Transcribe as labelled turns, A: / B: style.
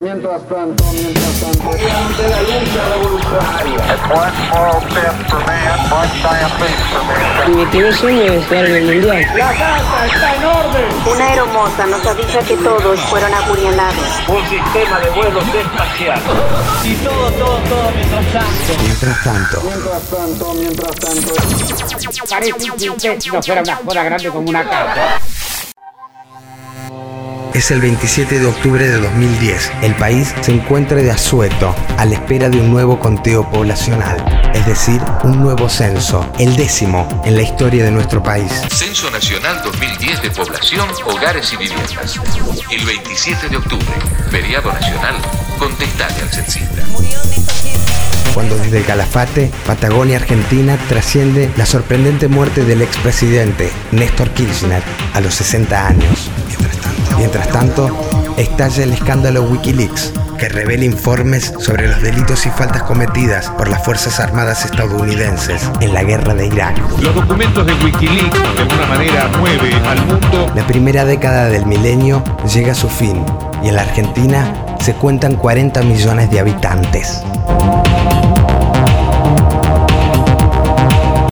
A: Mientras tanto, mientras tanto, de la lucha revolucionaria.
B: Mi primer sueño es jugar en el mundial.
A: La casa está en orden.
C: Una aeromoza nos avisa que todos fueron apuñalados.
A: Un sistema de vuelos espacial.
D: Mientras tanto,
A: Mientras tanto, mientras tanto.
D: es el 27 de octubre de 2010. El país se encuentra de asueto, a la espera de un nuevo conteo poblacional, es decir, un nuevo censo, el décimo en la historia de nuestro país.
E: Censo Nacional 2010 de Población, Hogares y Viviendas. El 27 de octubre, feriado nacional, contestale al censista.
D: Cuando desde el Calafate, Patagonia, Argentina, trasciende la sorprendente muerte del expresidente Néstor Kirchner a los 60 años. Mientras tanto, estalla el escándalo Wikileaks, que revela informes sobre los delitos y faltas cometidas por las Fuerzas Armadas estadounidenses en la guerra de Irak.
F: Los documentos de Wikileaks de alguna manera mueve al mundo.
D: La primera década del milenio llega a su fin y en la Argentina se cuentan 40 millones de habitantes.